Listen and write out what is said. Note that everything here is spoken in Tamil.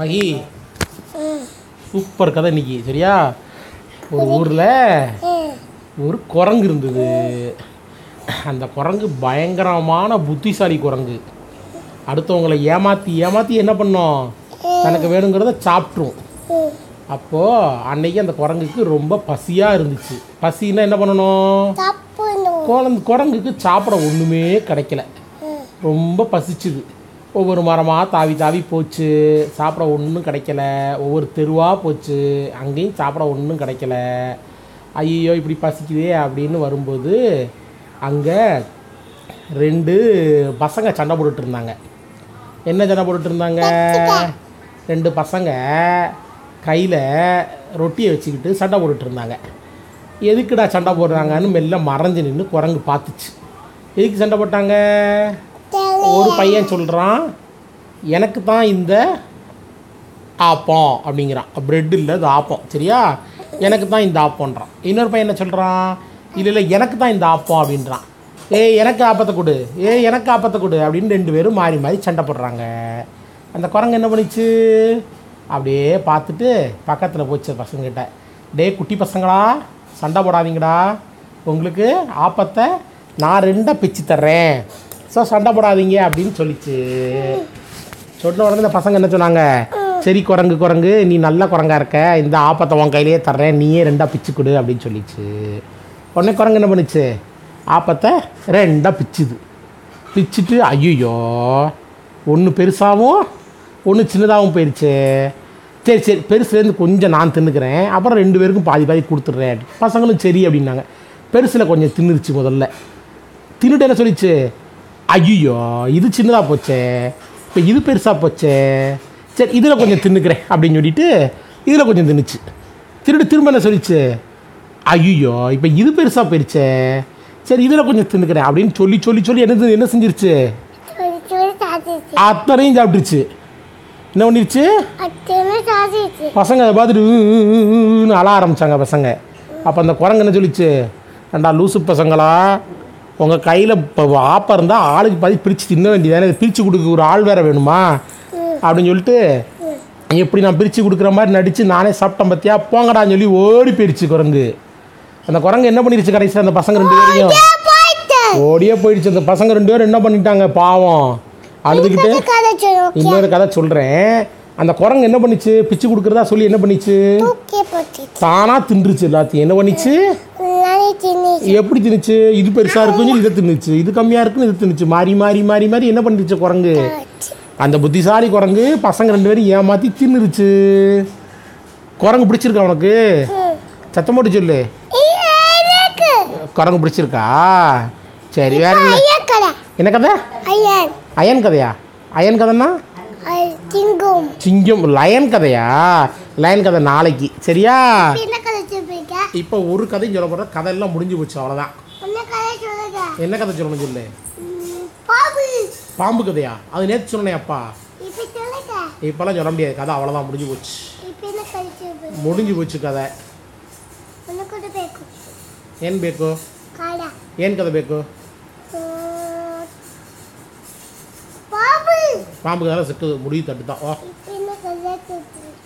மகி சூப்பர் கதை இன்னைக்கு சரியா ஒரு ஊரில் ஒரு குரங்கு இருந்தது அந்த குரங்கு பயங்கரமான புத்திசாலி குரங்கு அடுத்தவங்களை ஏமாற்றி ஏமாற்றி என்ன பண்ணோம் தனக்கு வேணுங்கிறத சாப்பிட்ரும் அப்போது அன்னைக்கு அந்த குரங்குக்கு ரொம்ப பசியாக இருந்துச்சு பசின்னா என்ன பண்ணணும் சாப்பிடணும் குழந்தை குரங்குக்கு சாப்பிட ஒன்றுமே கிடைக்கல ரொம்ப பசிச்சுது ஒவ்வொரு மரமாக தாவி தாவி போச்சு சாப்பிட ஒன்றும் கிடைக்கல ஒவ்வொரு தெருவாக போச்சு அங்கேயும் சாப்பிட ஒன்றும் கிடைக்கல ஐயோ இப்படி பசிக்குதே அப்படின்னு வரும்போது அங்கே ரெண்டு பசங்க சண்டை போட்டுட்டு இருந்தாங்க என்ன சண்டை போட்டுட்டு இருந்தாங்க ரெண்டு பசங்க கையில் ரொட்டியை வச்சுக்கிட்டு சண்டை போட்டுட்டு இருந்தாங்க எதுக்குடா சண்டை போடுறாங்கன்னு மெல்ல மறைஞ்சு நின்று குரங்கு பார்த்துச்சு எதுக்கு சண்டை போட்டாங்க ஒரு பையன் சொல்கிறான் எனக்கு தான் இந்த ஆப்பம் அப்படிங்கிறான் பிரெட் இல்லை இது ஆப்பம் சரியா எனக்கு தான் இந்த ஆப்பம்ன்றான் இன்னொரு பையன் என்ன சொல்கிறான் இல்லை இல்லை எனக்கு தான் இந்த ஆப்பம் அப்படின்றான் ஏய் எனக்கு ஆப்பத்தை கொடு ஏய் எனக்கு ஆப்பத்தை கொடு அப்படின்னு ரெண்டு பேரும் மாறி மாறி சண்டை போடுறாங்க அந்த குரங்கு என்ன பண்ணுச்சு அப்படியே பார்த்துட்டு பக்கத்தில் போச்சு பசங்ககிட்ட டேய் குட்டி பசங்களா சண்டை போடாதீங்கடா உங்களுக்கு ஆப்பத்தை நான் ரெண்டாக பிச்சு தர்றேன் ஸோ சண்டை போடாதீங்க அப்படின்னு சொல்லிச்சு சொன்ன உடனே இந்த பசங்க என்ன சொன்னாங்க சரி குரங்கு குரங்கு நீ நல்ல குரங்கா இருக்க இந்த ஆப்பத்தை உன் கையிலேயே தர்றேன் நீயே ரெண்டா பிச்சு கொடு அப்படின்னு சொல்லிச்சு உடனே குரங்கு என்ன பண்ணுச்சு ஆப்பத்தை ரெண்டா பிச்சுது பிச்சுட்டு ஐயோ ஒன்று பெருசாகவும் ஒன்று சின்னதாகவும் போயிடுச்சு சரி சரி பெருசுலேருந்து கொஞ்சம் நான் தின்னுக்கிறேன் அப்புறம் ரெண்டு பேருக்கும் பாதி பாதி கொடுத்துட்றேன் அப்படின்னு. பசங்களும் சரி அப்படின்னாங்க பெருசில் கொஞ்சம் தின்னுருச்சு முதல்ல தின்னுட்டு என்ன சொல்லிச்சு ஐயோ இது சின்னதாக போச்சே இப்போ இது பெருசாக போச்சே சரி இதில் கொஞ்சம் தின்னுக்கிறேன் அப்படின்னு சொல்லிட்டு இதில் கொஞ்சம் தின்னுச்சு திருட்டு திரும்ப என்ன சொல்லிச்சு ஐயோ இப்போ இது பெருசாக போயிடுச்சே சரி இதில் கொஞ்சம் தின்னுக்கிறேன் அப்படின்னு சொல்லி சொல்லி சொல்லி என்ன என்ன செஞ்சிருச்சு சொல்லி சொல்லி சாதிச்சு அத்தனையும் சாப்பிட்டுச்சு என்ன பண்ணிருச்சு அத்தனை சாதிச்சு பசங்க அதை பார்த்துட்டு "ஊ, ஊ, ஊ, ஊன்னு அழ ஆரம்பித்தாங்க பசங்க அப்போ அந்த குரங்கு என்ன சொல்லிச்சு ஏண்டா லூசு பசங்களா உங்கள் கையில் இப்போ ஆப்பம் இருந்தால் ஆளுக்கு பாதி பிரித்து தின்ன வேண்டியதானே இதை பிரித்து கொடுக்க ஒரு ஆள் வேற வேணுமா அப்படின்னு சொல்லிட்டு எப்படி நான் பிரித்து கொடுக்குற மாதிரி நடித்து நானே சாப்பிட்டேன் பார்த்தியா போங்கடான்னு சொல்லி ஓடி போயிடுச்சு குரங்கு அந்த குரங்கு என்ன பண்ணிடுச்சு கடைசியில் அந்த பசங்க ரெண்டு பேரையும் போயிட்டு ஓடியே போயிடுச்சு அந்த பசங்க ரெண்டு பேரும் என்ன பண்ணிட்டாங்க பாவம் அழுதுகிட்டு கதை சொல்லும் இன்னொரு கதை சொல்கிறேன் அந்த குரங்கு என்ன பண்ணிச்சு பிச்சு கொடுக்குறதா சொல்லி என்ன பண்ணிச்சு தூக்கி போட்டு தானாக தின்றுச்சு எல்லாத்தையும் என்ன பண்ணிச்சு நானே தின்னி எப்படி தின்னுச்சு இது பெருசாக இருக்குன்னு சொல்லி இதை தின்னுச்சு இது கம்மியாக இருக்குன்னு இது தின்னுச்சு மாறி மாறி மாறி மாறி என்ன பண்ணிருச்சு குரங்கு அந்த புத்திசாலி குரங்கு பசங்க ரெண்டு பேரும் ஏமாற்றி தின்னுருச்சு குரங்கு பிடிச்சிருக்கா உனக்கு சத்தம் போட்டு சொல்லு எனக்கு குரங்கு பிடிச்சிருக்கா சரி வேற என்ன ஐயன் கடை என்ன கதை ஐயன் அயன் கதையா அயன் கதைன்னா திங்கும் சிங்கம் லயன் கதையா லயன் கதை நாளைக்கு சரியா என்ன கதை சொல்லுங்க இப்போ ஒரு கதையும் சொல்ல போகிற கதை எல்லாம் முடிஞ்சு போச்சு அவ்வளோதான் என்ன கதை சொல்லுங்க என்ன கதை சொல்லணும் சொல்லு ம், பாபு பாம்பு கதையா அது நேற்று சொன்னேன் அப்பா இப்போ சொல்லுங்க இப்போல்லாம் சொல்ல முடியாது கதை அவ்வளோதான் முடிஞ்சு போச்சு இப்போ என்ன கதை சொல்லுங்க முடிஞ்சு போச்சு கதை உனக்கு கூட பேக்கும் ஏன் பேக்கோ கடை ஏன் கதை பேக்கோ ம், பாபு பாம்பு கதை சிக்கு முடிவு தட்டு தான் ஓ இப்போ என்ன கதை சொல்லுங்க